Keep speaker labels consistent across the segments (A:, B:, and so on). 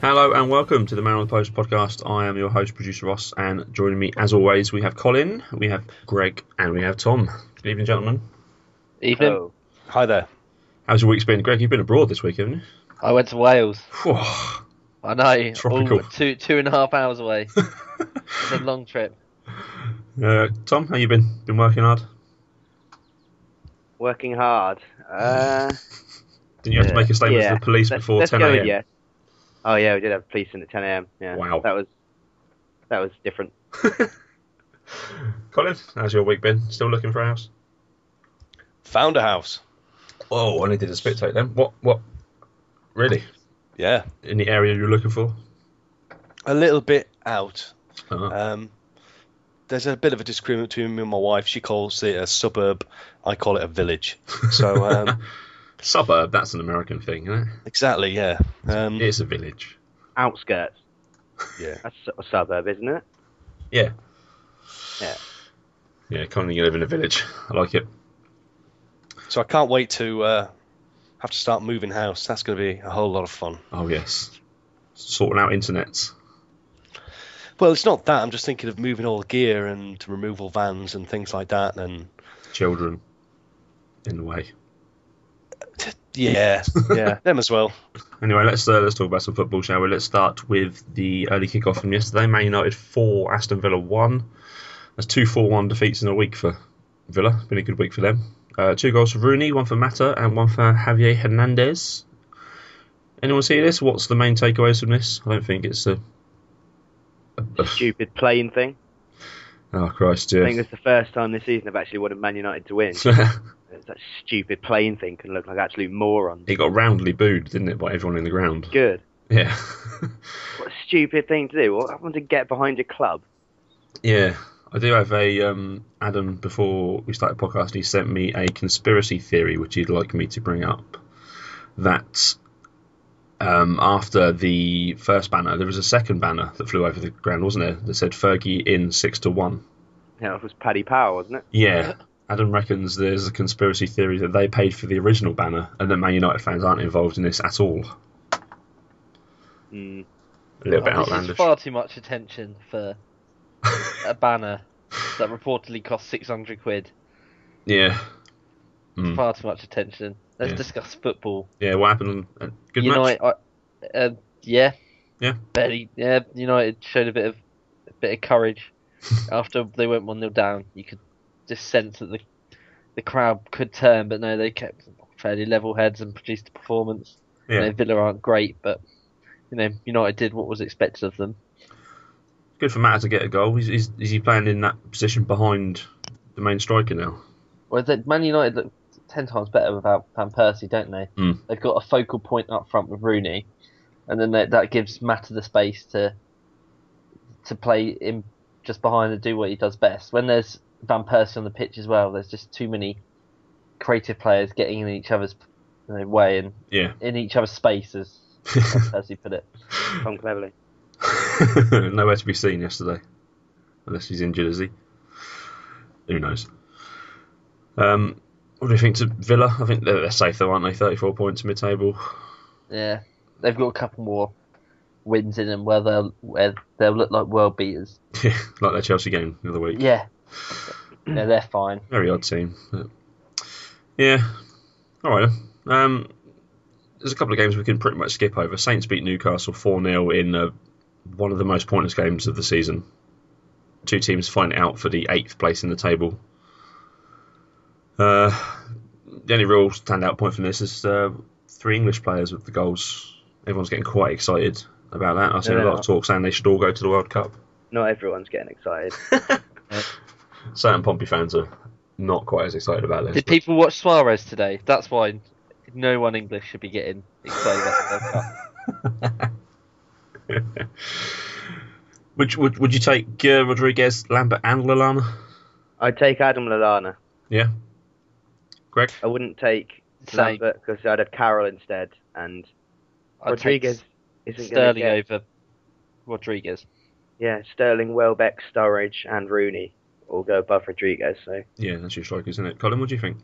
A: Hello and welcome to the Man on the Post podcast. I am your host, producer Ross, and joining me as always, we have Colin, we have Greg, and we have Tom. Good evening, gentlemen.
B: Evening.
C: Oh, hi there.
A: How's your week's been? Greg, you've been abroad this week, haven't you?
B: I went to Wales.
A: Phew.
B: I know.
A: Tropical.
B: All two two and a half hours away. it's a long trip.
A: Uh, Tom, how you been? Been working hard?
C: Working hard. Uh,
A: Didn't you have to make a statement
C: yeah.
A: to the police
C: let's
A: before
C: let's
A: 10
C: go with
A: a.m.?
C: yes. Oh yeah, we did have police in at 10 a.m. Yeah.
A: Wow.
C: That was that was different.
A: Colin, how's your week been? Still looking for a house?
D: Found a house.
A: Oh, I only did a spit take then. What? What? Really?
D: Yeah.
A: In the area you're looking for?
D: A little bit out.
A: Uh,
D: Um, there's a bit of a disagreement between me and my wife. She calls it a suburb. I call it a village. So, um,
A: suburb, that's an American thing, isn't it?
D: exactly, yeah.
C: Mm.
D: Um,
A: It's a village.
C: Outskirts.
D: yeah.
C: That's a suburb, isn't it?
A: Yeah.
C: Yeah.
A: Yeah, Colin, you live in a village. I like it.
D: So I can't wait to uh, have to start moving house. That's going to be a whole lot of fun.
A: Oh yes, sorting out internets.
D: Well, it's not that. I'm just thinking of moving all the gear and removal vans and things like that. And
A: Children in the way.
D: yeah, yeah, them as well.
A: Anyway, let's uh, let's talk about some football, shall we? Let's start with the early kickoff from yesterday. Man United four, Aston Villa one. That's two four one defeats in a week for Villa. Been a good week for them. Uh, two goals for Rooney, one for Mata, and one for Javier Hernandez. Anyone see this? What's the main takeaways from this? I don't think it's a. a-
C: Stupid plane thing.
A: oh Christ,
C: I think
A: yeah.
C: that's the first time this season I've actually wanted Man United to win. It's that stupid plane thing can look like absolute moron.
A: it got roundly booed, didn't it, by everyone in the ground?
C: Good.
A: Yeah.
C: What a stupid thing to do. What happened to get behind your club?
A: Yeah, I do have a um, Adam. Before we started podcast, he sent me a conspiracy theory which he'd like me to bring up. That um, after the first banner, there was a second banner that flew over the ground, wasn't there? That said Fergie in six to one.
C: Yeah, it was Paddy Power, wasn't it?
A: Yeah, Adam reckons there's a conspiracy theory that they paid for the original banner, and that Man United fans aren't involved in this at all.
C: Mm.
A: A little bit
B: Oh, this is
A: outlandish.
B: far too much attention for a banner that reportedly cost six hundred quid.
A: Yeah,
B: It's
A: Mm.
B: Far too much attention. Let's
A: Yeah.
B: discuss football.
A: yeah. What happened? on- uh, Good match.
B: United, I, uh, yeah,
A: Yeah.
B: barely, yeah. United showed a bit of a bit of courage after they went one 0 down. You could just sense that the the crowd could turn, but no, they kept fairly level heads and produced a performance. You
A: Yeah,
B: know, Villa aren't great, but you know United did what was expected of them.
A: good for Matter to get a goal. Is, is, is he playing in that position behind the main striker now?
B: Well, they, Man United look ten times better without Van Persie, don't they?
A: Mm.
B: They've got a focal point up front with Rooney, and then that, that gives Matter the space to to play in just behind and do what he does best. When there's Van Persie on the pitch as well, there's just too many creative players getting in each other's you know, way and
A: Yeah.
B: in each other's space, as Van Persie put it.
C: Tom Cleverly.
A: Nowhere to be seen yesterday. Unless he's injured, is he? Who knows? Um, what do you think to Villa? I think they're, they're safe though, aren't they? 34 points mid table.
B: Yeah, they've got a couple more wins in them where they'll where they'll look like world beaters.
A: like their Chelsea game the other week.
B: Yeah. No, they're fine.
A: Very odd team. But... Yeah. Alright then. Um, there's a couple of games we can pretty much skip over. Saints beat Newcastle 4 0 in uh, one of the most pointless games of the season. Two teams fighting out for the eighth place in the table. Uh, the only real standout point from this is uh, three English players with the goals. Everyone's getting quite excited about that. I've seen a lot of talk saying they should all go to the World Cup.
C: Not everyone's getting excited.
A: certain Pompey fans are not quite as excited about this.
B: Did
A: but-
B: people watch Suarez today? That's why no one English should be getting excited about the World Cup.
A: Would, you- would, would you take uh, Rodriguez, Lambert, and Lalana?
C: I'd take Adam Lallana.
A: Yeah. Greg?
C: I wouldn't take
B: Same.
C: Lambert because I'd have Carroll instead, and
B: I'd
C: Rodriguez
B: take
C: isn't going to
B: Sterling
C: get.
B: over Rodriguez.
C: Yeah, Sterling, Welbeck, Sturridge, and Rooney all go above Rodriguez. So
A: Yeah, that's your strikers, isn't it? Colin, what do you think?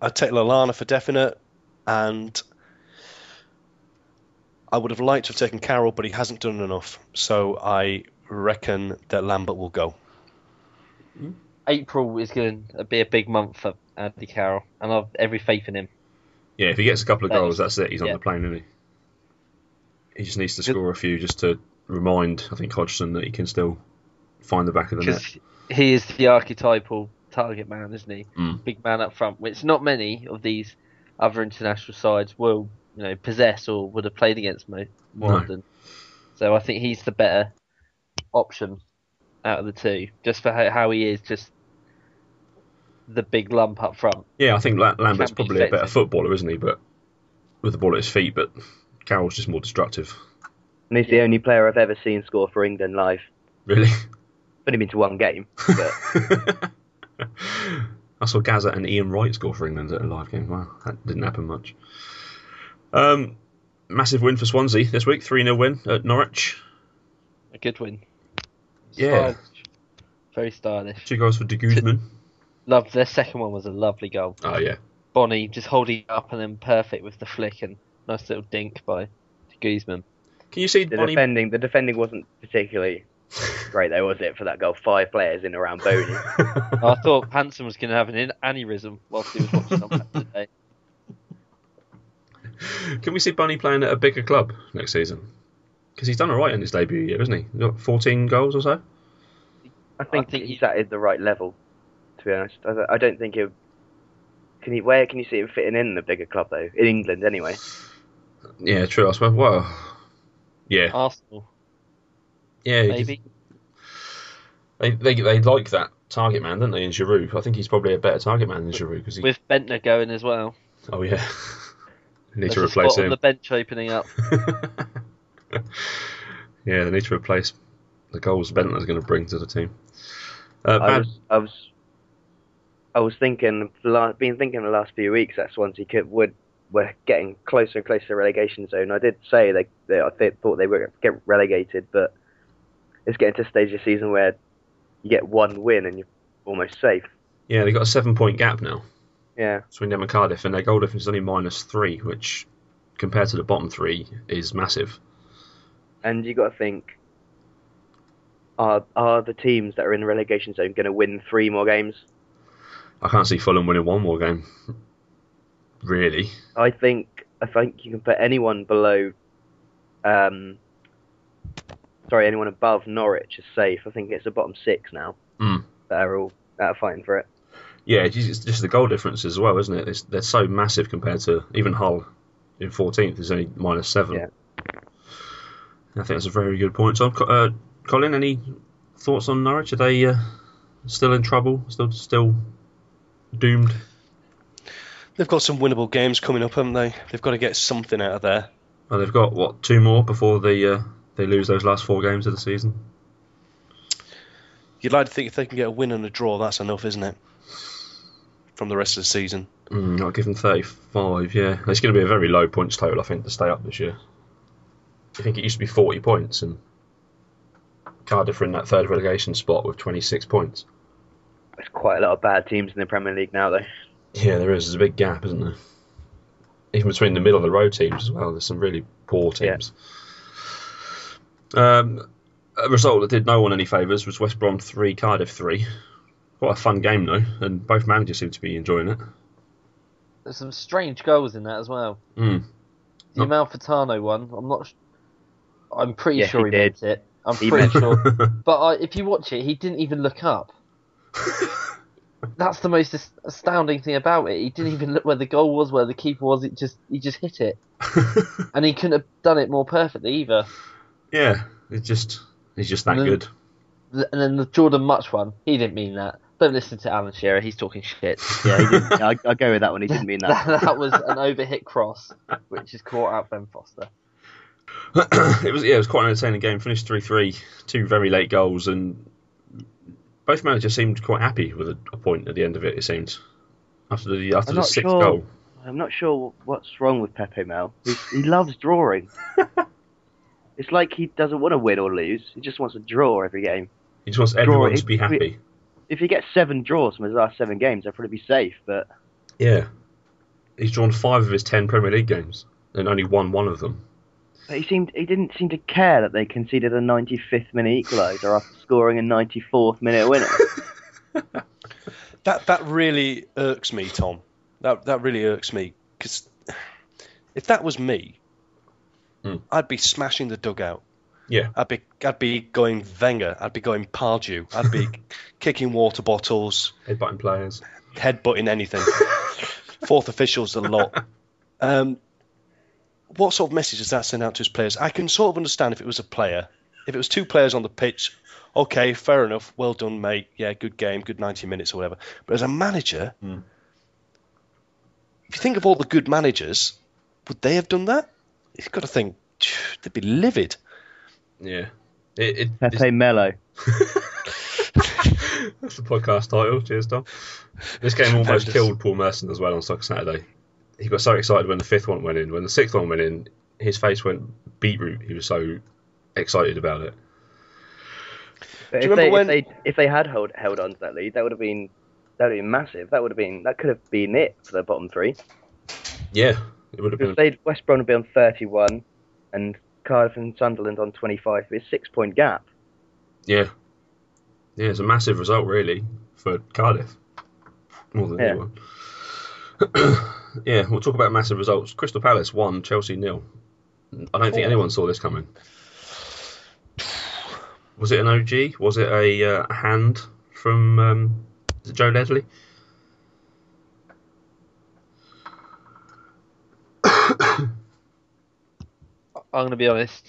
D: I'd take Lalana for definite, and I would have liked to have taken Carroll, but he hasn't done enough. So I reckon that Lambert will go.
B: April is going to be a big month for Andy Carroll, and I've every faith in him.
A: Yeah, if he gets a couple of
B: That
A: goals,
B: is-
A: that's it. He's on
B: yeah.
A: the plane, isn't he? He just needs to
D: Yep.
A: score a few just to remind, I think, Hodgson that he can still find the back of the net.
B: because he is the archetypal target man, isn't he?
A: Mm.
B: Big man up front, which not many of these other international sides will, you know, possess or would have played against Mo- more
A: No.
B: often. So I think he's the better option out of the two, just for how, how he is, just the big lump up front.
A: Yeah, I think La- Lambert's
B: Can be
A: probably a better
B: effective.
A: footballer, isn't he? But with the ball at his feet, but Carroll's just more destructive.
C: and he's the only player I've ever seen score for England live.
A: Really?
C: It's only been to one game, but
A: I saw Gaza and Ian Wright score for England at a live game. Wow, that didn't happen much. Um, massive win for Swansea this week, 3 0 win at Norwich.
B: A good win.
A: Yeah.
B: Stylish. Very stylish.
A: Oh, Two goals for De Guzman.
B: Love their second one was a lovely goal.
A: Oh, yeah.
B: Bonnie just holding up and then perfect with the flick and nice little dink by Guzman.
A: Can you see
C: the
A: Bonnie?
C: defending the defending wasn't particularly great though, was it? For that goal, five players in around Boney.
B: I thought Hanson was going to have an aneurysm whilst he was watching on that today.
A: Can we see Bunny playing at a bigger club next season? Because he's done all right in his debut year, hasn't he? He's got 14 goals or so.
C: I think,
B: think
C: he's
B: he-
C: at the right level. To be honest, I, don't- I don't think he. Can he? Where can you see him fitting in the bigger club though? In England, anyway.
A: Yeah, true. I suppose. Well, yeah,
B: Arsenal,
A: yeah. you could-
B: Oh, maybe.
A: They, they they like that target man, don't they? In Giroud, I think he's probably a better target man than Giroud because he.
B: With Bentner going as well.
A: Oh yeah. they need
B: There's
A: to
B: a
A: replace
B: spot on
A: him.
B: the bench opening up.
A: Yeah, they need to replace the goals Bentler's going to bring to the team. Uh,
C: I
A: bad.
C: was, I was, I was thinking, la- been thinking the last few weeks that Swansea could would were getting closer and closer to relegation zone. I did say they, they I th- thought they were get relegated, but it's getting to a stage of the season where you get one win and you're almost safe.
A: Yeah, they have got a seven-point gap now.
C: Yeah,
A: between them and Cardiff, and their goal difference is only minus three, which compared to the bottom three is massive.
C: and you got to think. Are, are the teams that are in the relegation zone going to win three more games?
A: I can't see Fulham winning one more game. Really?
C: I think I think you can put anyone below, um, sorry, anyone above Norwich is safe. I think it's the bottom six now
A: Mm.
C: that are all that are fighting for it.
A: Yeah, it's just, it's just the goal difference as well, isn't it? It's, they're so massive compared to even Hull in 14th is only minus seven.
C: Yeah.
A: I think that's a very good point. Tom, Co- uh, Colin, any thoughts on Norwich? Are they uh, still in trouble? Still, still doomed?
D: They've got some winnable games coming up, haven't they? They've got to get something out of there.
A: And they've got what two more before they uh, they lose those last four games of the season.
D: You'd like to think if they can get a win and a draw, that's enough, isn't it? From the rest of the season.
A: Mm, I'll give them 35, yeah. It's going to be a very low points total, I think, to stay up this year. I think it used to be 40 points, and Cardiff are in that third relegation spot with 26 points.
C: There's quite a lot of bad teams in the Premier League now, though.
A: Yeah, there is. There's a big gap, isn't there? Even between the middle of the road teams as well, there's some really poor teams. Um, a result that did no one any favours was West Brom 3, Cardiff 3. Quite a fun game, though, and both managers seem to be enjoying it.
B: There's some strange goals in that as well.
C: Hmm.
A: Mm.
B: The Amal Furtado one, I'm not. Sh- I'm pretty
C: Yeah,
B: sure he,
C: he did.
B: meant it. I'm
C: He
B: pretty
C: meant-
B: sure. But I, if you watch it, he didn't even look up. That's the most as- astounding thing about it. He didn't even look where the goal was, where the keeper was. It just he just hit it, and he couldn't have done it more perfectly either.
A: Yeah, it's just he's just that
B: No.
A: good.
B: th- and then the Jordan Much one, he didn't mean that. Don't listen to Alan Shearer, he's talking shit.
E: Yeah, he didn't. I, I go with that one. He didn't mean
B: that,
E: that.
B: that was an overhit cross, which is caught out Ben Foster.
A: it was yeah, it was quite an entertaining game. Finished three three, two very late goals, and both managers seemed quite happy with a, a point at the end of it. It seemed after the after
E: I'm
A: the
E: not
A: sixth
E: sure.
A: goal.
E: I'm not sure what's wrong with Pepe Mel. He, he loves drawing. it's like he doesn't want to win or lose. He just wants to draw every game.
A: He just wants everyone
E: Draw,
A: to be
E: it-
A: happy.
E: If he gets seven draws from his last seven games, I'd probably be safe. But
A: Yeah, he's drawn five of his ten Premier League games and only won one of them.
E: But he seemed he didn't seem to care that they conceded a 95th minute equaliser after scoring a 94th minute winner.
D: That that really irks me, Tom. That that really irks me because if that was me,
A: Hmm.
D: I'd be smashing the dugout.
A: Yeah.
D: I'd be I'd be going Wenger. I'd be going Pardew. I'd be kicking water bottles,
A: Headbutting players.
D: headbutting anything. Fourth officials a lot. Um, what sort of message does that send out to his players? I can sort of understand if it was a player. If it was two players on the pitch, okay, fair enough. Well done, mate. Yeah, good game, good 90 minutes or whatever. But as a manager,
A: Hmm.
D: if you think of all the good managers, would they have done that? You've got to think, they'd be livid.
A: Yeah, it, it, it's-
E: Pepe Melo.
A: That's the podcast title. Cheers, Tom. This game almost
D: Tremendous.
A: killed Paul Merson as well on Soccer Saturday. He got so excited when the fifth one went in. When the sixth one went in, his face went beetroot. He was so excited about it.
C: But
D: Do you
C: if, they,
D: remember
C: if they if they had hold, held on to that lead, that would have been that would have been massive. That would have been that could have been it for the bottom three.
A: Yeah, it would have been.
B: Mm.
C: Because they West Brom would be on thirty one, and Cardiff and Sunderland on twenty five. It's a six point gap.
A: Yeah, yeah, it's a massive result really for Cardiff. More than
C: Yeah.
A: anyone. yeah, we'll talk about massive results. Crystal Palace one, Chelsea nil. I don't think anyone saw this coming. Was it an OG? Was it a uh, hand from um, is it Joe Ledley?
B: I'm going to be honest,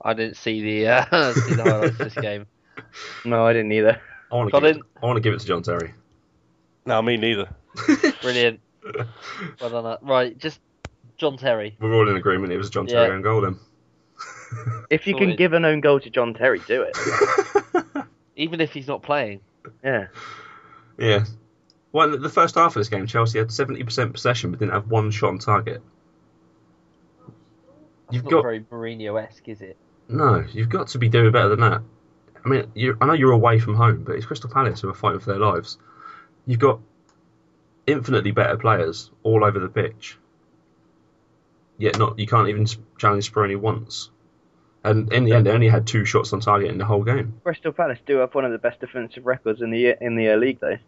B: I didn't see the, uh, see the highlights of this game.
C: No, I didn't either.
A: I want to
B: Got
A: give it.
B: in.
A: I want to give it to John Terry.
D: No, me neither.
B: Brilliant. Well done. uh, Right, just John Terry.
A: We're all in agreement. It was John
B: Yeah.
A: Terry and goal then.
C: If you can
B: Sorted.
C: give an own goal to John Terry, do it.
B: Even if he's not playing,
C: Yeah,
A: Yeah. Well, in the first half of this game, Chelsea had 70% possession but didn't have one shot on target.
B: it's
A: You've
B: not
A: got
B: very Mourinho-esque, is it?
A: no, you've got to be doing better than that. I mean, you, I know you're away from home, but it's Crystal Palace who are fighting for their lives. You've got infinitely better players all over the pitch, yet not you can't even s- challenge Spironi once. And in the end, they only had two shots on target in the whole game.
C: Bristol Palace do have one of the best defensive records in the in the uh, league though.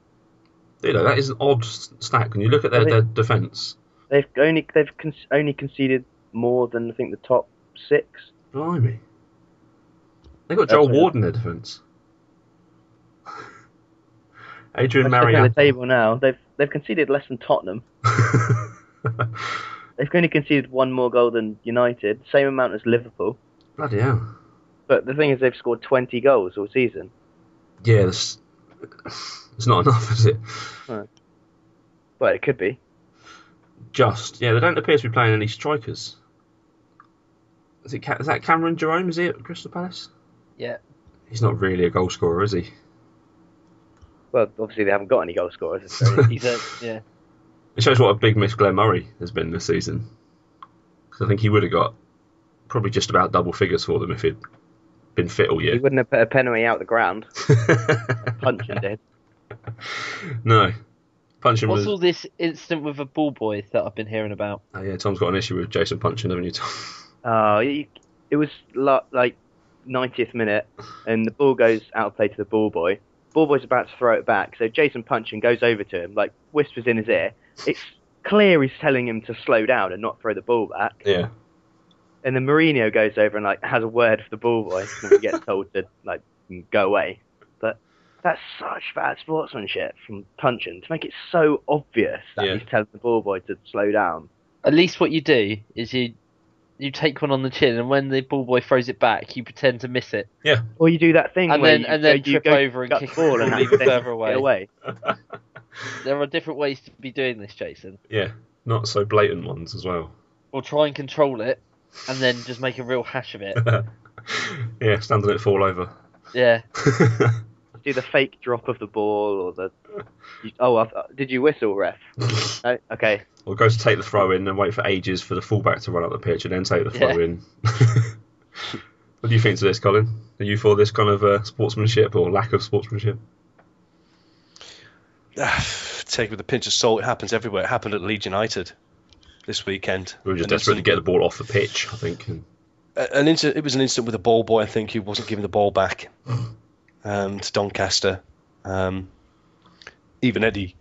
A: You know that is an odd s- stat when you look at their,
C: I think-
A: their defence.
C: They've only they've con- only conceded more than I think the top six.
A: Blimey. They got Joel
C: That's it.
A: Ward in their defence. Adrian
C: I'm just looking at
A: Marriott.
C: the table now. They've they've conceded less than Tottenham. They've only conceded one more goal than United, same amount as Liverpool.
A: Bloody hell.
C: But the thing is, they've scored 20 goals all season.
A: Yeah, that's, it's not enough, is it?
C: Well, it could be.
A: Just. Yeah, they don't appear to be playing any strikers. Is, it, Ca- is that Cameron Jerome? Is he at Crystal Palace?
B: Yeah.
A: He's not really a goal scorer, is he?
C: Well, obviously they haven't got any goal scorers. so-
B: He's a, yeah.
A: It shows what a big miss Glenn Murray has been this season. 'Cause I think he would have got probably just about double figures for them if he'd been fit all year.
C: He wouldn't have put a penalty out the ground. Punching did.
A: no. Punchin
B: What's
A: was.
B: all this incident with a ball boy that I've been hearing about?
A: Oh, yeah, Tom's got an issue with Jason Punchin, haven't you, Tom?
C: Oh, you- it was lo- like 90th minute, and the ball goes out of play to the ball boy. Ball boy's about to throw it back, so Jason Punchin goes over to him, like whispers in his ear. It's clear he's telling him to slow down and not throw the ball back.
A: Yeah.
C: And then Mourinho goes over and like has a word for the ball boy, and he gets told to like go away. But that's such bad sportsmanship from Punchin to make it so obvious that
A: Yeah.
C: he's telling the ball boy to slow down.
B: At least what you do is you you take one on the chin, and when the ball boy throws it back, you pretend to miss it,
C: Or you do that thing
B: and
C: where
B: then
C: you,
B: and then
C: you
B: trip
C: go
B: over and
C: gut
B: kick
C: ball
B: it
C: and
B: and
C: have
B: leave
C: to
B: it further
C: get
B: away.
C: away.
B: There are different ways to be doing this, Jason.
A: Yeah, not so blatant ones as well.
B: Or try and control it, and then just make a real hash of it.
A: Yeah, standing it fall over.
B: Yeah.
C: Do the fake drop of the ball or the. You, oh, I, th- did you whistle, ref? no? Okay.
A: Or go to take the throw in and wait for ages for the fullback to run up the pitch and then take the
B: Yeah.
A: throw in. what do you think to this, Colin? Are you for this kind of uh, sportsmanship or lack of sportsmanship?
D: Take it with a pinch of salt. It happens everywhere. It happened at Leeds United this weekend.
A: We were just
D: An
A: desperate to
D: incident-
A: get the ball off the pitch, I think. And
D: a- an incident, it was an incident with a ball boy, I think, who wasn't giving the ball back um, to Doncaster. Um, even Eddie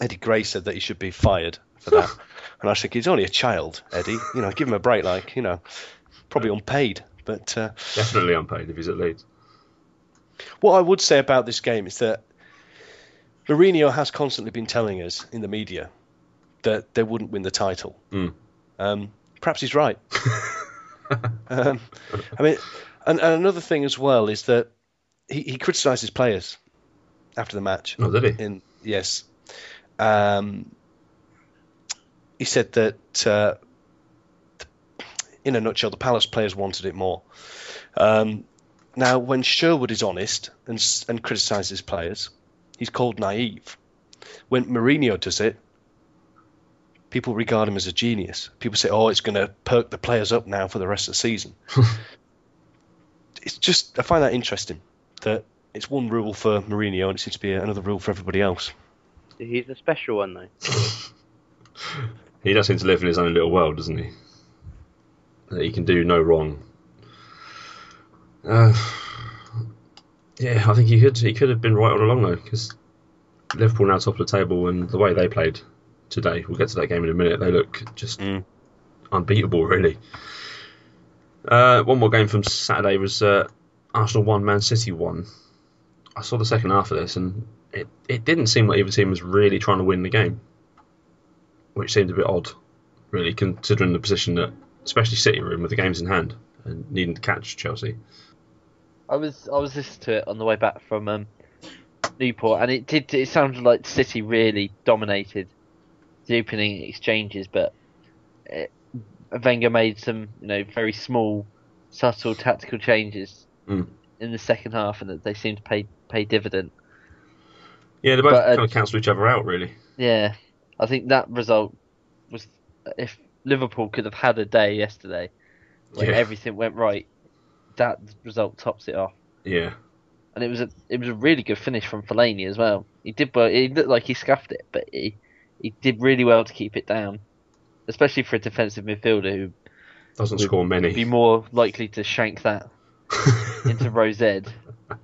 D: Eddie Gray said that he should be fired for that. and I was thinking, he's only a child, Eddie. You know, give him a break, like, you know, probably unpaid. But uh,
A: definitely unpaid if he's at Leeds.
D: what I would say about this game is that Mourinho has constantly been telling us in the media that they wouldn't win the title.
A: Mm.
D: Um, perhaps he's right. um, I mean, and, and another thing as well is that he, he criticised his players after the match.
A: Oh, did he?
D: In yes, um, he said that uh, in a nutshell, the Palace players wanted it more. Um, now, when Sherwood is honest and s- and criticises players, he's called naive. When Mourinho does it, people regard him as a genius. People say, "Oh, it's going to perk the players up now for the rest of the season." it's just I find that interesting that it's one rule for Mourinho and it seems to be another rule for everybody else.
C: He's the special one, though.
A: He does seem to live in his own little world, doesn't he? That he can do no wrong. Uh, yeah, I think he could. He could have been right all along though, because Liverpool now top of the table, and the way they played today, we'll get to that game in a minute. They look just
D: Mm.
A: unbeatable, really. Uh, one more game from Saturday was uh, Arsenal one, Man City one. I saw the second half of this, and it, it didn't seem like either team was really trying to win the game which seemed a bit odd, really, considering the position that, especially City were in with the games in hand and needing to catch Chelsea.
B: I was I was listening to it on the way back from um, Newport, and it did. It sounded like City really dominated the opening exchanges, but it, Wenger made some you know very small, subtle tactical changes
A: Mm.
B: in the second half, and that they seemed to pay pay dividend.
A: Yeah, they both
B: But, uh,
A: kind of cancelled each other out, really.
B: Yeah, I think that result was if Liverpool could have had a day yesterday when
A: Yeah.
B: everything went right, that result tops it off.
A: Yeah,
B: and it was a it was a really good finish from Fellaini as well. He did well. He looked like he scuffed it, but he he did really well to keep it down, especially for a defensive midfielder who
A: doesn't score many.
B: would be more likely to shank that into Rose Ed.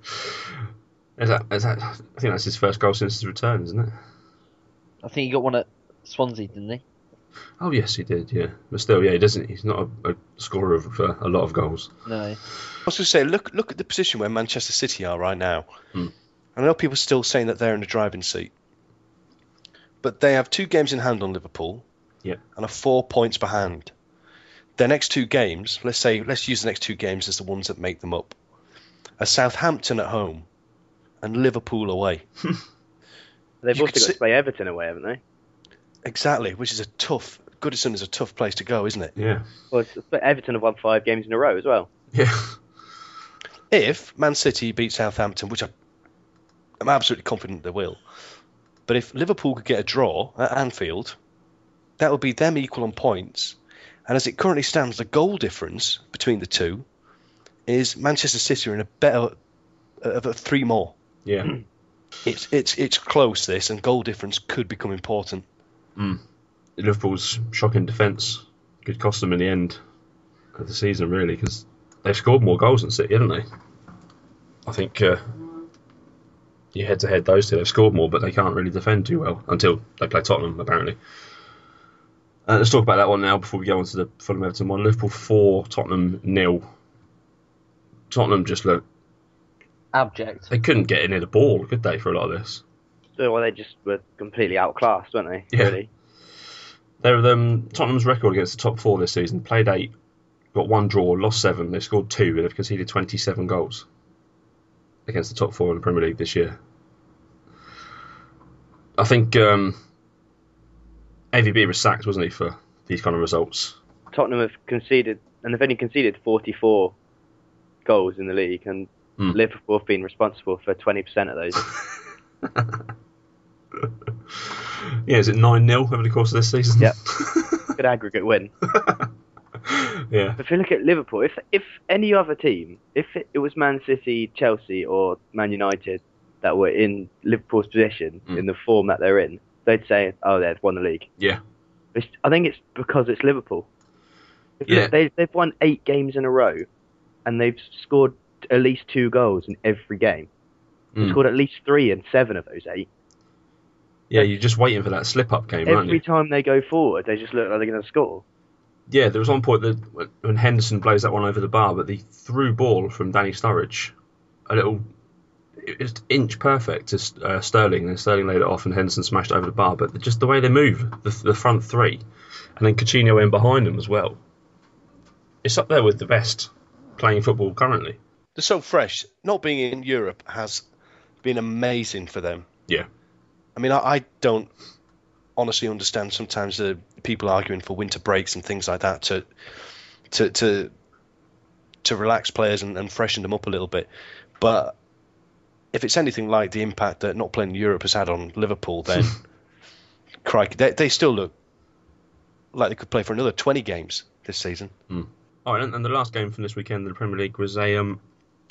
A: Is that, is that, I think that's his first goal since his return, isn't it?
B: I think he got one at Swansea, didn't he?
A: Oh yes, he did. Yeah, but still, yeah, he doesn't. He's not a, a scorer of uh, a lot of goals.
B: No.
D: I was going to say, look look at the position where Manchester City are right now.
A: Hmm.
D: And I know people are still saying that they're in the driving seat, but they have two games in hand on Liverpool,
A: Yeah.
D: and are four points behind. Their next two games, let's say, let's use the next two games as the ones that make them up, are Southampton at home, and Liverpool away.
C: They've
D: You
C: also
D: could
C: got
D: sit-
C: to play Everton away, haven't they?
D: Exactly, which is a tough. Goodison is a tough place to go, isn't it?
A: Yeah,
C: Well, it's- but Everton have won five games in a row as well.
A: yeah,
D: if Man City beat Southampton, which I, I'm absolutely confident they will, but if Liverpool could get a draw at Anfield, that would be them equal on points. And as it currently stands, the goal difference between the two is Manchester City are in a better of a three more.
A: yeah.
D: It's it's it's close this, and goal difference could become important.
A: Liverpool's shocking defence could cost them in the end of the season, really, because they've scored more goals than City, haven't they? I think uh, you head to head those two, they've scored more, but they can't really defend too well until they play Tottenham, apparently. Uh, let's talk about that one now before we go on to the Fulham Everton one. Liverpool 4, Tottenham nil. Tottenham just look,
B: Abject.
A: they couldn't get near the ball, could they, for a lot of this?
C: So, well, they just were completely outclassed, weren't they?
A: Yeah.
C: Really?
A: They're um, Tottenham's record against the top four this season. Played eight, got one draw, lost seven. They've scored two, and they've conceded 27 goals against the top four in the Premier League this year. I think um, AVB was sacked, wasn't he, for these kind of results?
C: Tottenham have conceded, and they've only conceded 44 goals in the league, and
A: Hmm.
C: Liverpool have been responsible for 20% of those.
A: Yeah, is it 9 0 over the course of this season?
C: Yeah. Good aggregate win.
A: yeah.
C: But if you look at Liverpool, if if any other team, if it, it was Man City, Chelsea, or Man United that were in Liverpool's position
A: Mm.
C: in the form that they're in, they'd say, "Oh, they've won the league."
A: Yeah.
C: It's, I think it's because it's Liverpool. If
A: Yeah.
C: They, they've won eight games in a row, and they've scored at least two goals in every game. They've
A: Mm.
C: scored at least three in seven of those eight.
A: Yeah, you're just waiting for that slip up game, aren't
C: Every
A: you?
C: time they go forward, they just look like they're going to score.
A: Yeah, there was one point that when Henderson blows that one over the bar, but the through ball from Danny Sturridge, a little it was inch perfect to uh, Sterling, and Sterling laid it off, and Henderson smashed it over the bar. But just the way they move, the, the front three, and then Coutinho in behind them as well. It's up there with the best playing football currently.
D: They're so fresh. Not being in Europe has been amazing for them.
A: Yeah.
D: I mean, I, I don't honestly understand sometimes the people arguing for winter breaks and things like that to to to to relax players and, and freshen them up a little bit. But if it's anything like the impact that not playing in Europe has had on Liverpool, then crikey, they, they still look like they could play for another 20 games this season.
A: Oh, and, and the last game from this weekend in the Premier League was a um,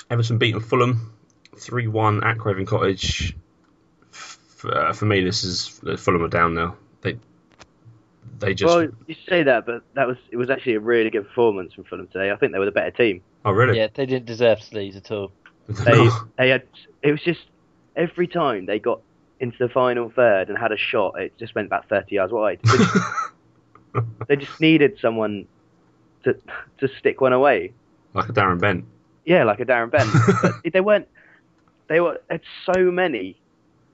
A: Everton beating Fulham three one at Craven Cottage. F- uh, for me, this is Fulham are down now. They they just
C: well, you say that, but that was it was actually a really good performance from Fulham today. I think they were the better team.
A: oh really?
B: Yeah, they didn't deserve to lose at all.
C: they
A: No.
C: they had it was just every time they got into the final third and had a shot, it just went about thirty yards wide. They just, they just needed someone to to stick one away.
A: like a Darren Bent.
C: Yeah, like a Darren Bent. But they weren't. They were had so many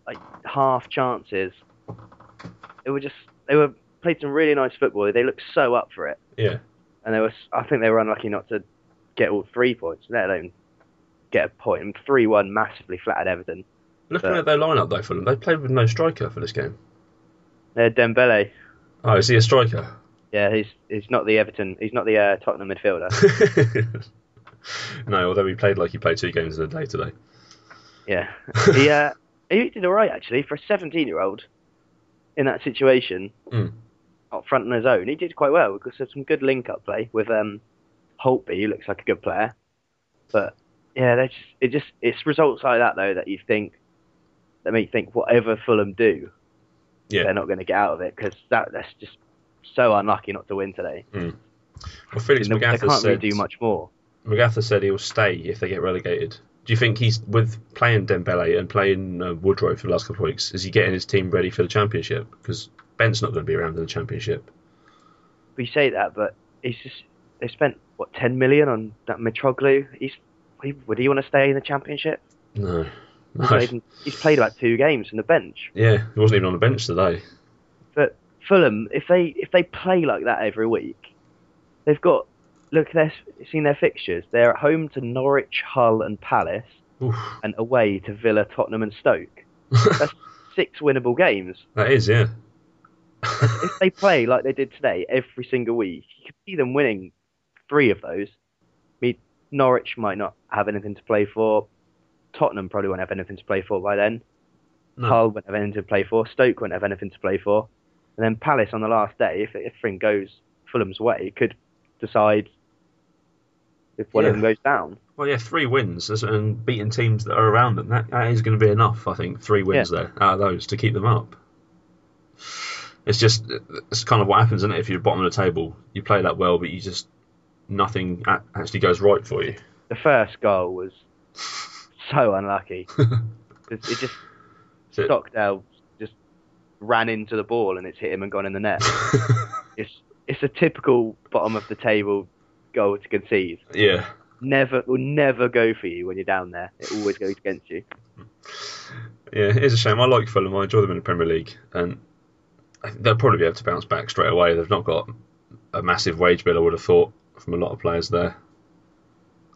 C: like half chances. They were just they were played some really nice football. They looked so up for it,
A: Yeah,
C: and they were. s- I think they were unlucky not to get all three points, let alone get a point. And three one massively flattered Everton.
A: looking
C: But-
A: at their lineup though, Fulham they played with no striker for this game.
C: Uh, Dembele.
A: Oh, is he a striker?
C: Yeah, he's he's not the Everton. He's not the uh, Tottenham midfielder.
A: no, although he played like he played two games in a day today.
C: yeah, he uh, he did all right actually for a seventeen-year-old in that situation,
A: Mm.
C: up front on his own. He did quite well because there's some good link-up play with um, Holtby, who looks like a good player. But yeah, they just it just it's results like that though that you think that make you think whatever Fulham do,
A: Yeah.
C: they're not going to get out of it because that that's just so unlucky not to win today.
A: Well, Felix
C: And they, they
A: McGatha
C: can't
A: said
C: really do much more.
A: McGatha said he'll stay if they get relegated. Do you think he's with playing Dembele and playing uh, Woodrow for the last couple of weeks? Is he getting his team ready for the championship? Because Bent's not going to be around in the championship.
C: we say that, but he's just they spent what ten million on that Mitroglou. He's he, would he want to stay in the championship?
A: No,
C: He's,
A: no.
C: played, in- he's played about two games from the bench.
A: Yeah, he wasn't even on the bench today.
C: But Fulham, if they if they play like that every week, they've got look they're seen their fixtures. They're at home to Norwich, Hull, and Palace,
A: Oof.
C: and away to Villa, Tottenham, and Stoke. That's six winnable games.
A: That is, yeah.
C: If they play like they did today every single week, you could see them winning three of those. I mean, Norwich might not have anything to play for. Tottenham probably won't have anything to play for by then.
A: No.
C: Hull won't have anything to play for. Stoke won't have anything to play for. And then Palace on the last day, if if everything goes Fulham's way, could decide if one
A: Yeah.
C: of them goes down.
A: Well, yeah, three wins that's- and beating teams that are around them. That, that is going to be enough, I think. Three wins there out of those to keep them up. It's just it's kind of what happens, isn't it? If you're bottom of the table, you play that well, but you just nothing a- actually goes right for you.
C: The first goal was so unlucky. 'Cause it just
A: So-
C: Stockdale just ran into the ball and it's hit him and gone in the net. it's it's a typical bottom of the table goal to concede.
A: yeah,
C: Never will never go for you when you're down there. It always goes against you.
A: yeah, it is a shame. I like Fulham. I enjoy them in the Premier League, and I think they'll probably be able to bounce back straight away. They've not got a massive wage bill, I would have thought, from a lot of players there.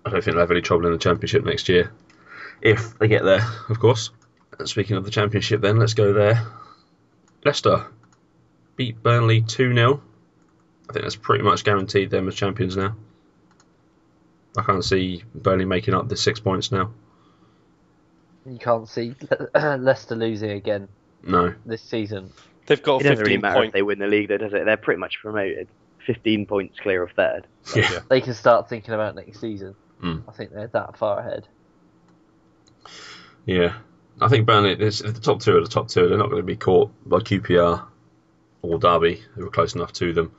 A: I don't think they'll have any trouble in the championship next year, if they get there, of course. And speaking of the championship, then let's go there. Leicester beat Burnley two 0 I think that's pretty much guaranteed them as champions now. I can't see Burnley making up the six points now.
B: You can't see Le- Leicester losing again
A: No,
B: this season.
D: They've got
C: It
D: a
C: doesn't really
D: 15
C: matter if
D: point.
C: they win the league, though, does it? They're pretty much promoted. 15 points clear of third.
A: yeah.
B: They can start thinking about next season.
A: Mm.
B: I think they're that far ahead.
A: Yeah, I think Burnley. This, if the top two are the top two, they're not going to be caught by QPR or Derby, who are close enough to them.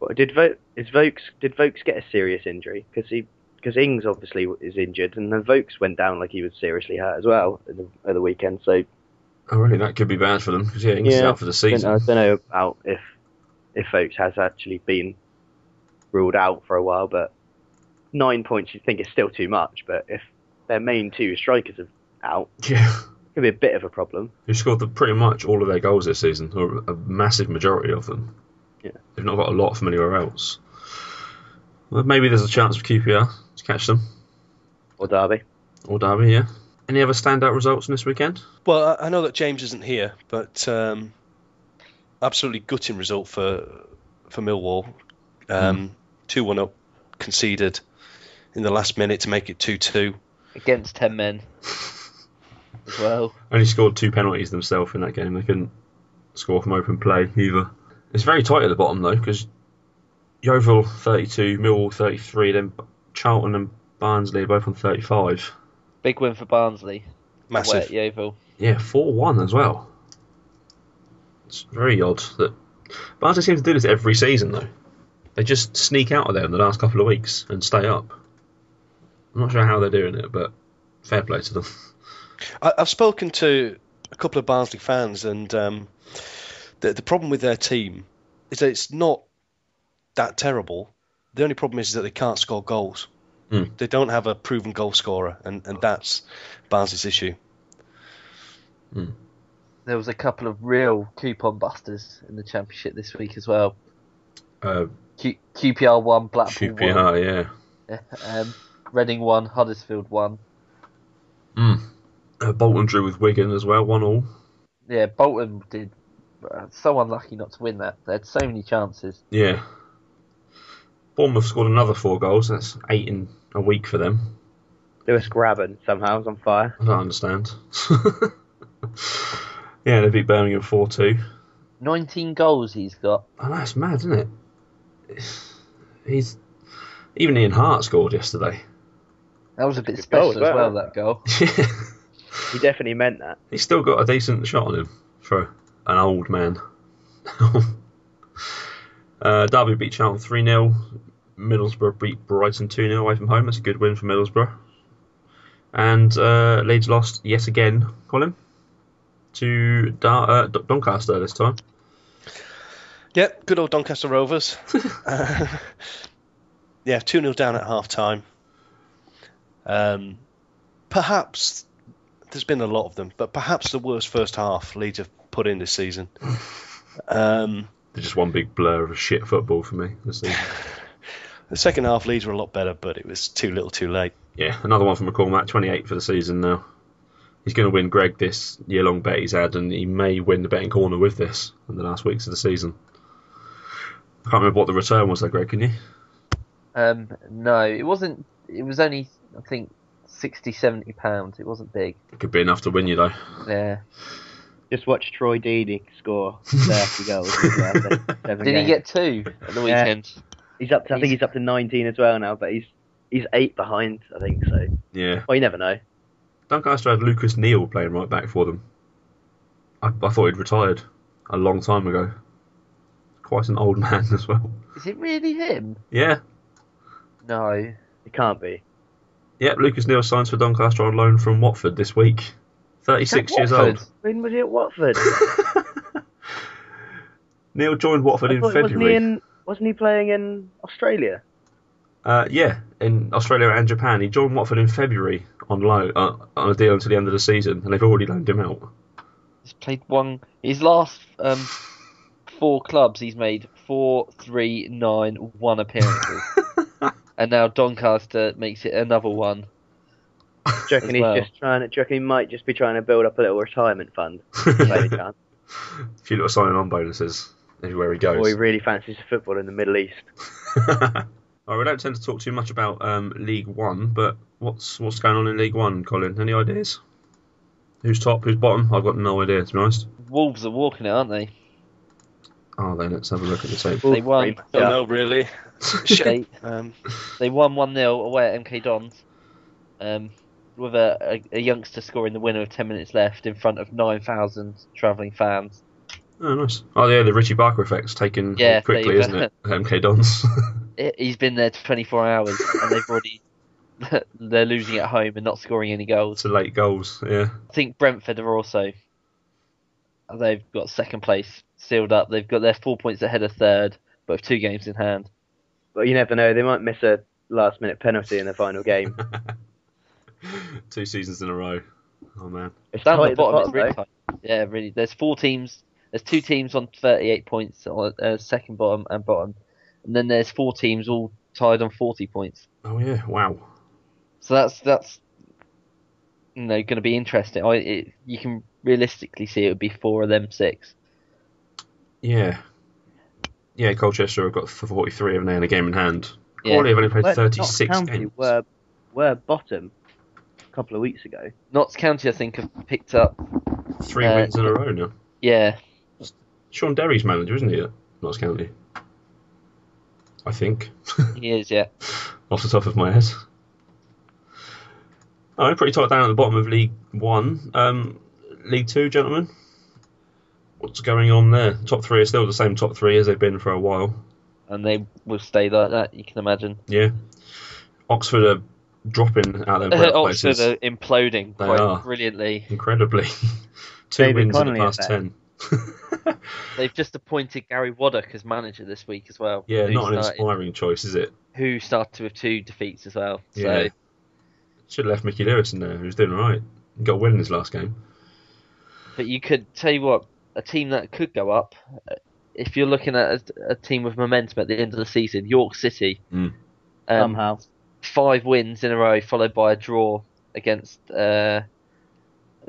C: Well, did Vo- is Vokes did Vokes get a serious injury? Because he because Ings obviously is injured, and then Vokes went down like he was seriously hurt as well at the, at the weekend. So
A: Oh, really? That could be bad for them because yeah, Ings is
C: Yeah,
A: out for the
C: I don't, know,
A: season.
C: I don't know about if if Vokes has actually been ruled out for a while, but nine points you think is still too much. But if their main two strikers are out,
A: Yeah,
C: it could be a bit of a problem.
A: who scored the, pretty much all of their goals this season, or a massive majority of them.
C: Yeah.
A: they've not got a lot from anywhere else. Well, maybe there's a chance for QPR to catch them
C: Or Derby.
A: or Derby. Yeah. Any other standout results from this weekend?
D: Well, I I know that James isn't here, but um, absolutely gutting result for for Millwall. Um, Two one up, conceded in the last minute to make it two two.
B: Against 10 men as well.
A: Only scored two penalties themselves in that game. They couldn't score from open play either. It's very tight at the bottom though because Yeovil 32, Millwall 33, then B- Charlton and Barnsley are both on 35.
B: Big win for Barnsley. away
D: Massive.
B: at Yeovil.
A: Yeah, 4-1 as well. It's very odd that Barnsley seems to do this every season though. They just sneak out of there in the last couple of weeks and stay up. I'm not sure how they're doing it, but fair play to them.
D: I, I've spoken to a couple of Barnsley fans, and um, the, the problem with their team is that it's not that terrible. The only problem is that they can't score goals.
A: Mm.
D: They don't have a proven goal scorer, and, and that's Barnsley's issue.
B: There was a couple of real coupon busters in the championship this week as well.
A: Uh,
B: Q- QPR one, Blackpool one,
A: QPR, yeah.
B: um, Reading one, Huddersfield one.
A: Mm. Uh, Bolton drew with Wigan as well, one all.
B: Yeah, Bolton did uh, so unlucky not to win that. They had so many chances.
A: Yeah. Bournemouth scored another four goals. That's eight in a week for them.
C: Lewis Graben somehow is on fire.
A: I don't understand. yeah, they beat Birmingham 4 2.
B: 19 goals he's got.
A: I know, it's mad, isn't it? He's. Even Ian Hart scored yesterday.
B: That was a bit
C: good goal
B: special
C: as
B: as well,
C: well.
B: that goal.
C: He definitely meant that.
A: He's still got a decent shot on him for an old man. uh, Derby beat Charlton 3 0. Middlesbrough beat Brighton 2 0 away from home. That's a good win for Middlesbrough. And uh, Leeds lost yet again, Colin, to Dar- uh, D- Doncaster this time.
D: Yep, good old Doncaster Rovers. Uh, yeah, 2 0 down at half time. Um, perhaps, there's been a lot of them, but perhaps the worst first half Leeds have put in this season. Um,
A: They're just one big blur of shit football for me this season.
D: the second half, Leeds were a lot better, but it was too little too late.
A: Yeah, another one from McCormack, 28 for the season now. He's going to win Greg this year long bet he's had, and he may win the betting corner with this in the last weeks of the season. I can't remember what the return was, though, Greg, can you?
B: Um, no, it wasn't. It was only, I think, 60, 70 pounds. It wasn't big.
A: It could be enough to win you, though.
B: Yeah.
E: Just watch Troy Deeney score 30 goals. as well, so seven
B: Did he
E: games.
B: get two at the
E: Yeah.
B: weekend?
C: He's up. To, I think he's up to 19 as well now, but he's he's eight behind. I think so.
A: Yeah.
C: Well, you never know.
A: Doncaster had Lucas Neal playing right back for them. I, I thought he'd retired a long time ago. Quite an old man as well.
B: Is it really him?
A: Yeah.
B: No.
C: It can't be.
A: Yep, Lucas Neal signs for Doncaster on loan from Watford this week. 36 years old.
B: Watford.
C: When was he at Watford?
A: Neil joined Watford in
C: I thought- wasn't
A: February.
C: he in? Wasn't he playing in Australia?
A: Uh, yeah, in Australia and Japan. He joined Watford in February on loan uh, on a deal until the end of the season, and they've already loaned him out.
B: He's played one. His last um, four clubs, he's made four, three, nine, one appearances. and now Doncaster makes it another one.
C: Do you reckon
B: As
C: he's
B: well.
C: just trying? To, do you reckon he might just be trying to build up a little retirement fund? by any chance?
A: A few little signing on bonuses everywhere he goes.
C: Or he really fancies football in the Middle East?
A: All right, we don't tend to talk too much about um, League One, but what's what's going on in League One, Colin? Any ideas? Who's top? Who's bottom? I've got no idea, to be honest.
B: Wolves are walking it, aren't they?
A: Oh, then let's have a look at the table.
B: They won.
D: Don't know really.
B: They,
D: Um,
B: they won one 0 away at MK Dons, um, with a, a, a youngster scoring the winner with ten minutes left in front of nine thousand travelling fans.
A: Oh, nice. Oh, yeah, the Richie Barker effect's taken
B: Yeah, there
A: quickly,
B: you
A: isn't
B: go.
A: it? MK Dons.
B: It, he's been there twenty four hours, and they've already they're losing at home and not scoring any goals.
A: it's a late goals, yeah.
B: I think Brentford are also. They've got second place sealed up. They've got their four points ahead of third, but with two games in hand.
C: But you never know. They might miss a last-minute penalty in the final game.
A: Two seasons in a row. Oh, man.
C: It's
B: Down
C: tight
B: the
C: at the
B: bottom, it's
C: bottom,
B: really
C: though.
B: tight. Yeah, really. There's four teams. There's two teams on 38 points, on uh, second bottom and bottom, and then there's four teams all tied on 40 points.
A: Oh, yeah, wow.
B: So that's that's you know going to be interesting. I it, you can realistically see it would be four of them six.
A: Yeah. Yeah, Colchester have got 43 of an and a game in hand.
B: Yeah.
A: Crawley have only played
C: But
A: 36
C: Notts County
A: games.
C: were were bottom a couple of weeks ago.
B: Notts County, I think, have picked up.
A: Three
B: uh,
A: wins in a row now.
B: Yeah,
A: Sean Derry's manager, isn't he, at Notts County? I think,
B: he is. Yeah.
A: off the top of my head. Oh, pretty tight down at the bottom of League One. Um, League Two, gentlemen, what's going on there? Top three are still the same top three as they've been for a while.
B: and they will stay like that. You can imagine.
A: Yeah, Oxford are dropping out of their breath
B: Oxford
A: places
B: are imploding
A: They
B: quite
A: are.
B: brilliantly.
A: incredibly. Two
C: David
A: wins in
C: Connolly
A: the past
C: effect.
A: ten.
B: They've just appointed Gary Waddock as manager this week as well.
A: yeah,
B: who
A: not an
B: started,
A: inspiring choice, is it?
B: who started with two defeats as well. So
A: Yeah. Should have left Mickey Lewis in there, who's doing all right. He Got a win in his last game.
B: but you could tell you what a team that could go up uh, if you're looking at a, a team with momentum at the end of the season. York City,
A: Mm.
B: um,
C: Somehow,
B: five wins in a row, followed by a draw against uh,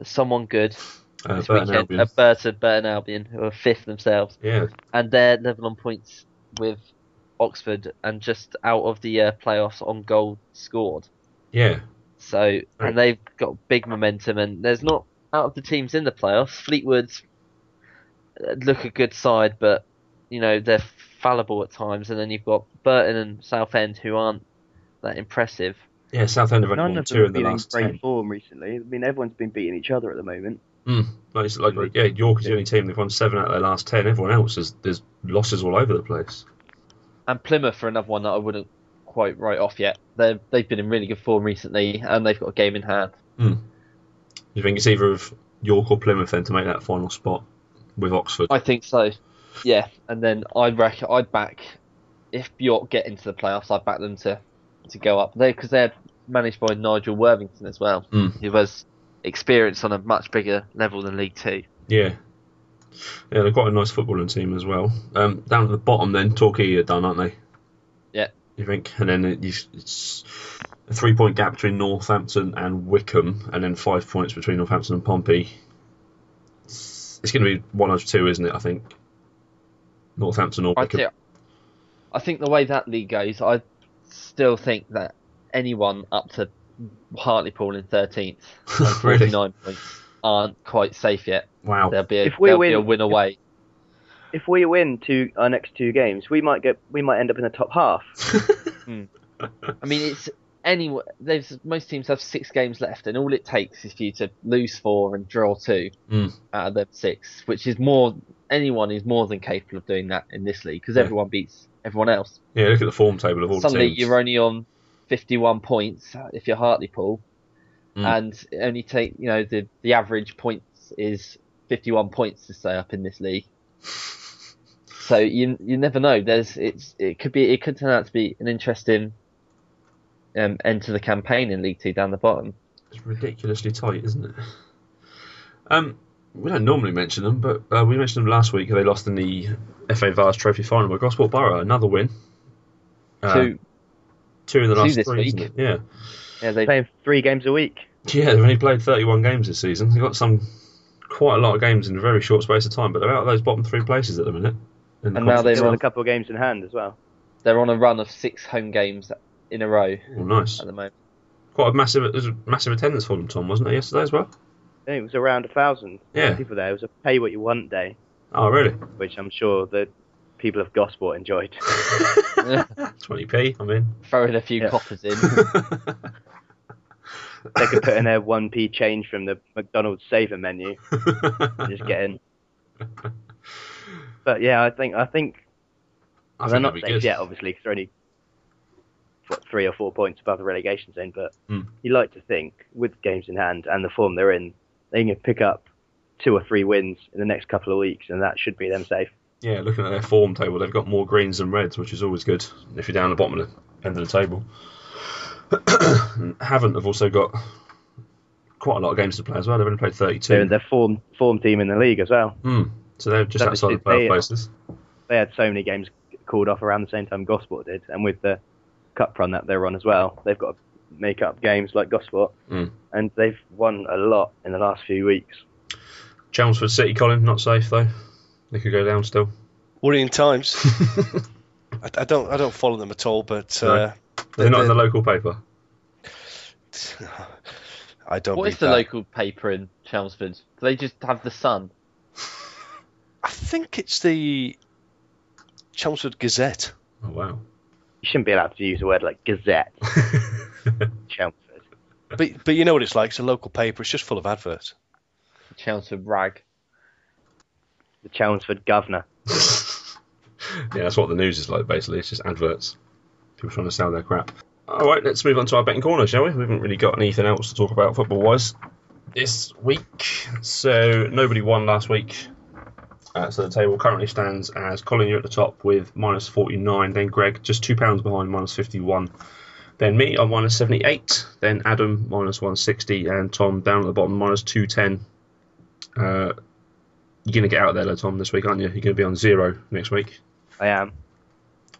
B: someone good
A: Uh,
B: this
A: Burton
B: weekend.
A: Albion.
B: Albion. Burton, Burton Albion, who are fifth themselves.
A: Yeah,
B: and they're level on points with Oxford and just out of the uh, playoffs on goal scored.
A: yeah.
B: So and they've got big momentum and there's not out of the teams in the playoffs. Fleetwood's uh, look a good side, but you know they're fallible at times. And then you've got Burton and Southend who aren't that impressive.
A: Yeah, Southend have only
C: none
A: won
C: of
A: two
C: them
A: in
C: have
A: the
C: been in
A: last
C: great
A: ten.
C: form recently. I mean, everyone's been beating each other at the moment.
A: Mm. Like, it's like, like, yeah, York is the only team they've won seven out of their last ten. Everyone else is there's losses all over the place.
B: And Plymouth are another one that I wouldn't quite write off yet. They they've been in really good form recently and they've got a game in hand.
A: You think it's either of York or Plymouth then to make that final spot with Oxford?
B: I think so. Yeah, and then I reckon I'd back if York get into the playoffs. I'd back them to to go up there because they're managed by Nigel Worthington as well,
C: Hmm.
A: Mm.
B: who has experience on a much bigger level than League Two.
A: Yeah. Yeah, they've got a nice footballing team as well. Um, down at the bottom, then Torquay are done, aren't they?
B: Yeah.
A: You think, and then it, you, it's a three-point gap between Northampton and Wickham, and then five points between Northampton and Pompey. It's, going to be one of two, isn't it? I think Northampton or
B: I
A: Wickham.
B: think, I think the way that league goes, I still think that anyone up to Hartlepool in thirteenth,
A: really?
B: forty nine points, aren't quite safe yet.
A: Wow.
B: There'll be a,
C: If we
B: there'll be
C: win-
B: a win away.
C: If we win two our next two games, we might get we might end up in the top half.
B: I mean, it's any. There's most teams have six games left, and all it takes is for you to lose four and draw two
A: Mm.
B: out of them six, which is more. Anyone is more than capable of doing that in this league because
A: Yeah.
B: everyone beats everyone else.
A: Yeah, look at the form table of all the
B: Suddenly,
A: teams.
B: you're only on 51 points uh, if you're Hartlepool,
A: Mm.
B: and it only take you know the the average points is 51 points to stay up in this league. So you you never know. There's it's it could be it could turn out to be an interesting um, end to the campaign in League Two down the bottom.
A: It's ridiculously tight, isn't it? Um, we don't normally mention them, but uh, we mentioned them last week. They lost in the FA Vars Trophy final by Gosport Borough. Another win. Uh,
B: Two
A: two in the
B: Two
A: last
B: this
A: three.
B: week.
A: Isn't it? Yeah,
B: Yeah, they
C: Playing three games a week.
A: yeah. They've only played thirty-one games this season. They've got some quite a lot of games in a very short space of time, but they're out of those bottom three places at the minute. in the
B: And now
A: conference.
C: They've
B: They've
C: got
B: won.
C: a couple of games in hand as well.
B: they're on a run of six home games in a row
A: Oh, nice.
B: at the moment.
A: Quite a massive, it was a massive attendance for them, Tom, wasn't it yesterday as well?
C: I think it was around a thousand
A: Yeah.
C: people there. It was a pay what you want day,
A: Oh, really?
C: which I'm sure the people of Gosport enjoyed.
A: Twenty p. I'm in.
B: Throwing a few
C: Yeah.
B: coppers in.
C: they could put in their one p change from the McDonald's saver menu and just get in. But yeah, I think I think
A: I
C: they're
A: think that'd
C: not
A: be
C: safe
A: good.
C: yet, obviously, because they're only what, three or four points above the relegation zone. But
A: Hmm.
C: you like to think, with games in hand and the form they're in, they can pick up two or three wins in the next couple of weeks, and that should be them
A: Hmm.
C: safe.
A: Yeah, looking at their form table, they've got more greens than reds, which is always good if you're down the bottom of the end of the table. And Haven't have also got quite a lot of games to play as well. They've only played 32,
C: They're the form form team in the league as well.
A: Hmm. so they're just
C: That
A: outside the
C: is-
A: playoff
C: they-
A: places.
C: They had so many games called off around the same time Gosport did, and with the cup run that they're on as well, they've got to make up games like Gosport,
A: Hmm.
C: and they've won a lot in the last few weeks.
A: Chelmsford City, Colin, not safe though. They could go down still.
D: Worrying times. I, I don't I don't follow them at all, but uh,
A: They're not in the local paper.
D: I don't.
B: what
D: read
B: is the
D: that.
B: local paper in Chelmsford? Do they just have the Sun?
D: I think it's the Chelmsford Gazette.
A: Oh, wow.
C: You shouldn't be allowed to use a word like Gazette, Chelmsford.
D: But but you know what it's like. It's a local paper. It's just full of adverts.
B: Chelmsford rag.
C: the Chelmsford governor.
A: yeah, that's what the news is like, basically. It's just adverts. People trying to sell their crap. All right, let's move on to our betting corner, shall we? We haven't really got anything else to talk about football wise this week. So, nobody won last week. Uh, so, the table currently stands as Colin, you're at the top with minus 49. Then, Greg, just £2 behind, minus 51. Then, me on minus 78. Then, Adam, minus 160. And Tom down at the bottom, minus 210. Uh, you're going to get out there, though, Tom, this week, aren't you? You're going to be on zero next week.
C: I am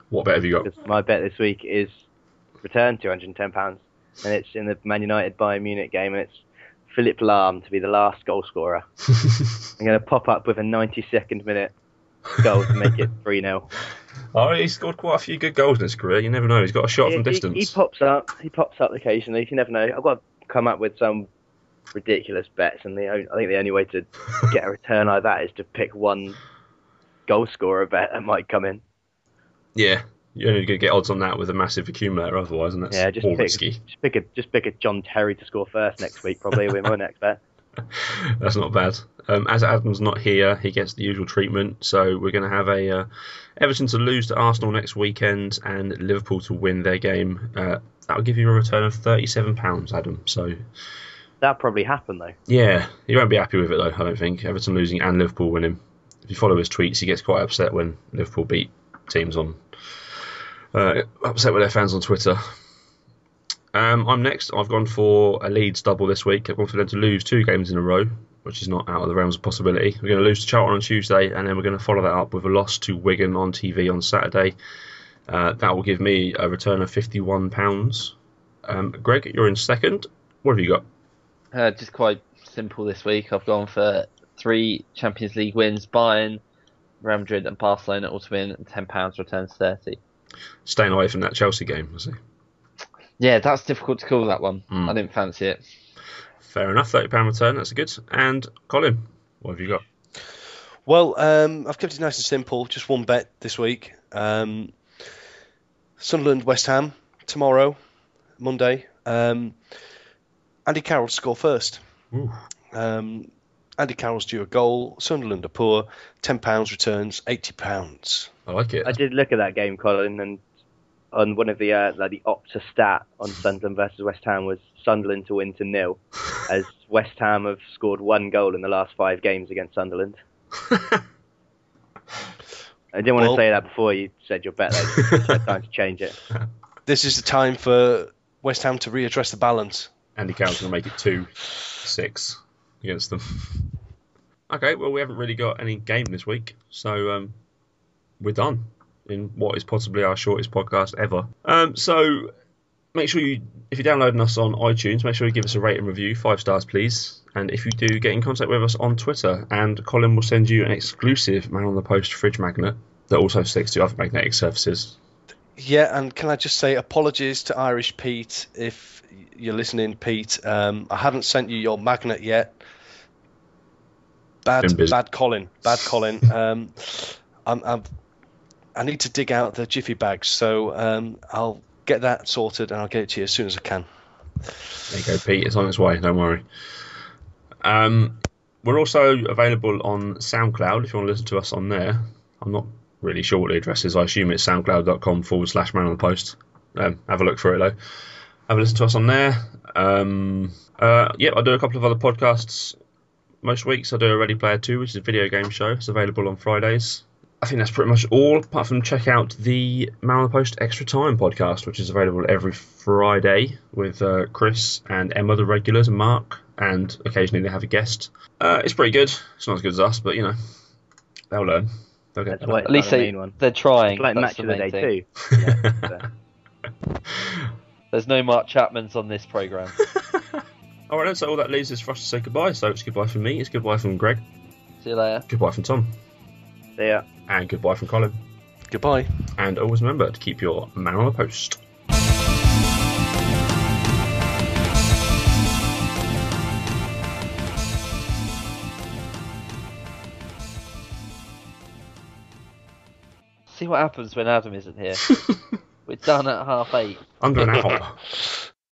A: What bet have you got?
C: because my bet this week is return two hundred and ten pounds, and it's in the Man United Bayern Munich game, and it's Philip Lahm to be the last goal scorer. I'm going to pop up with a 92nd minute goal to make it three 0
A: Oh, he scored quite a few good goals in his career. You never know. He's got a shot from
C: he,
A: distance.
C: he pops up. He pops up occasionally. You never know. I've got to come up with some ridiculous bets, and the on- I think the only way to get a return like that is to pick one goal scorer bet that might come in.
A: yeah, you're only going to get odds on that with a massive accumulator otherwise, and that's
C: Yeah, just
A: all
C: pick,
A: risky.
C: just pick a just pick a John Terry to score first next week. Probably will be my next bet.
A: That's not bad. Um, as Adam's not here, he gets the usual treatment. So we're going to have a uh, Everton to lose to Arsenal next weekend and Liverpool to win their game. Uh, that'll give you a return of thirty-seven pounds, Adam. So
C: That probably happened though.
A: Yeah, he won't be happy with it though. I don't think Everton losing and Liverpool winning. If you follow his tweets, he gets quite upset when Liverpool beat teams on. Uh, upset with their fans on Twitter. Um, I'm next. I've gone for a Leeds double this week. I've gone for them to lose two games in a row, which is not out of the realms of possibility. We're going to lose to Charlton on Tuesday, and then we're going to follow that up with a loss to Wigan on TV on Saturday. Uh, that will give me a return of £51. Um, Greg, you're in second. What have you got?
B: Uh, just quite simple this week. I've gone for three Champions League wins: Bayern, Real Madrid, and Barcelona all to win. And ten pounds returns thirty.
A: staying away from that Chelsea game, was he?
B: Yeah, that's difficult to call that one.
C: Hmm.
A: Mm.
B: I didn't fancy it.
A: Fair enough, thirty pound return, that's good. And Colin, what have you got?
D: Well, um, I've kept it nice and simple. Just one bet this week. Um, Sunderland, West Ham tomorrow, Monday. Um, Andy Carroll to score first.
A: Ooh.
D: Um, Andy Carroll's due a goal. Sunderland are poor. Ten pounds returns eighty pounds.
A: I like it.
C: I did look at that game, Colin, and on one of the uh, like the Opta stat on Sunderland versus West Ham was Sunderland to win to nil, as West Ham have scored one goal in the last five games against Sunderland. I didn't want
D: Well-
C: to say that before you said your bet. Though. It's time to change it.
D: This is the time for West Ham to readdress the balance.
A: Andy Carroll's gonna make it two six against them. Okay, well we haven't really got any game this week, so um, we're done in what is possibly our shortest podcast ever. Um, so make sure you, if you're downloading us on iTunes, make sure you give us a rate and review, five stars, please. And if you do, get in contact with us on Twitter, and Colin will send you an exclusive man on the post fridge magnet that also sticks to other magnetic surfaces.
D: Yeah, and can I just say apologies to Irish Pete if you're listening, Pete. Um, I haven't sent you your magnet yet.
A: Been
D: Bad,
A: busy.
D: bad Colin, bad Colin. Um, I'm, I'm, I need to dig out the jiffy bags, so um, I'll get that sorted and I'll get it to you as soon as I can.
A: There you go, Pete. It's on its way. Don't worry. Um, we're also available on SoundCloud if you want to listen to us on there. I'm not really sure what the address is. I assume it's soundcloud.com forward slash man on the post. Um, have a look for it though. Have a listen to us on there. Um, uh, yep, I do a couple of other podcasts most weeks. I do a Ready Player 2, which is a video game show. It's available on Fridays. I think that's pretty much all, apart from check out the Man on the Post Extra Time podcast, which is available every Friday with uh, Chris and Emma, the regulars, and Mark, and occasionally they have a guest. Uh, it's pretty good. It's not as good as us, but you know, they'll learn. They'll get better.
C: That's why-
B: At least
C: the
B: they,
C: main one.
B: they're trying.
C: It's like
B: that's
C: match
B: the
C: of the
B: main
C: day
B: thing.
C: too.
B: There's no Mark Chapmans on this program.
A: All right, then, so all that leaves is for us to say goodbye. So it's goodbye from me, it's goodbye from Greg,
B: See you later.
A: goodbye from Tom,
C: Yeah.
A: and goodbye from Colin.
D: Goodbye.
A: And always remember to keep your man on the post.
B: See what happens when Adam isn't here. We're done at half eight.
A: Under an hour.